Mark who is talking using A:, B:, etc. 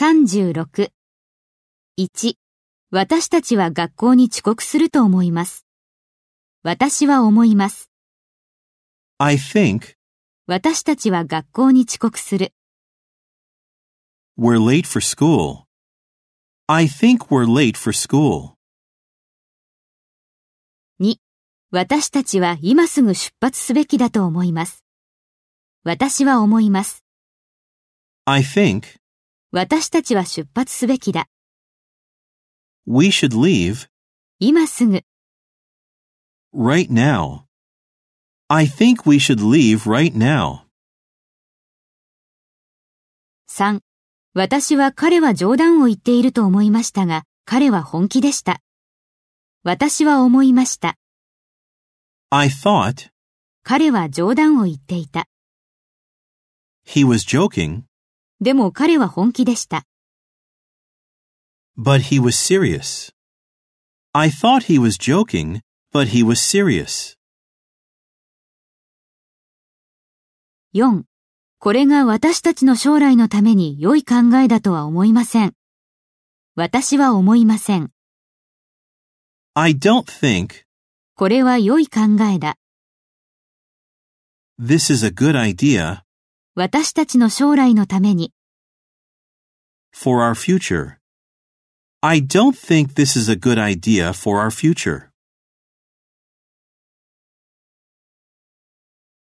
A: 36。1. 私たちは学校に遅刻すると思います。私は思います。
B: I think
A: 私たちは学校に遅刻する。
B: we're late for school. I think we're late for school.
A: 私たちは今すぐ出発すべきだと思います。私は思います。
B: I think
A: 私たちは出発すべきだ。
B: we should leave
A: 今すぐ。
B: right now. I think we should leave right now.
A: 3. 私は彼は冗談を言っていると思いましたが、彼は本気でした。私は思いました。
B: I thought
A: 彼は冗談を言っていた。
B: he was joking,
A: でも彼は本気でした。
B: but he was serious. I thought he was joking, but he was serious.
A: 4. これが私たちの将来のために良い考えだとは思いません。私は思いません。
B: I don't think
A: これは良い考えだ。
B: this is a good idea
A: 私たちの将来のために。
B: for our future. I don't think this is a good idea for our future.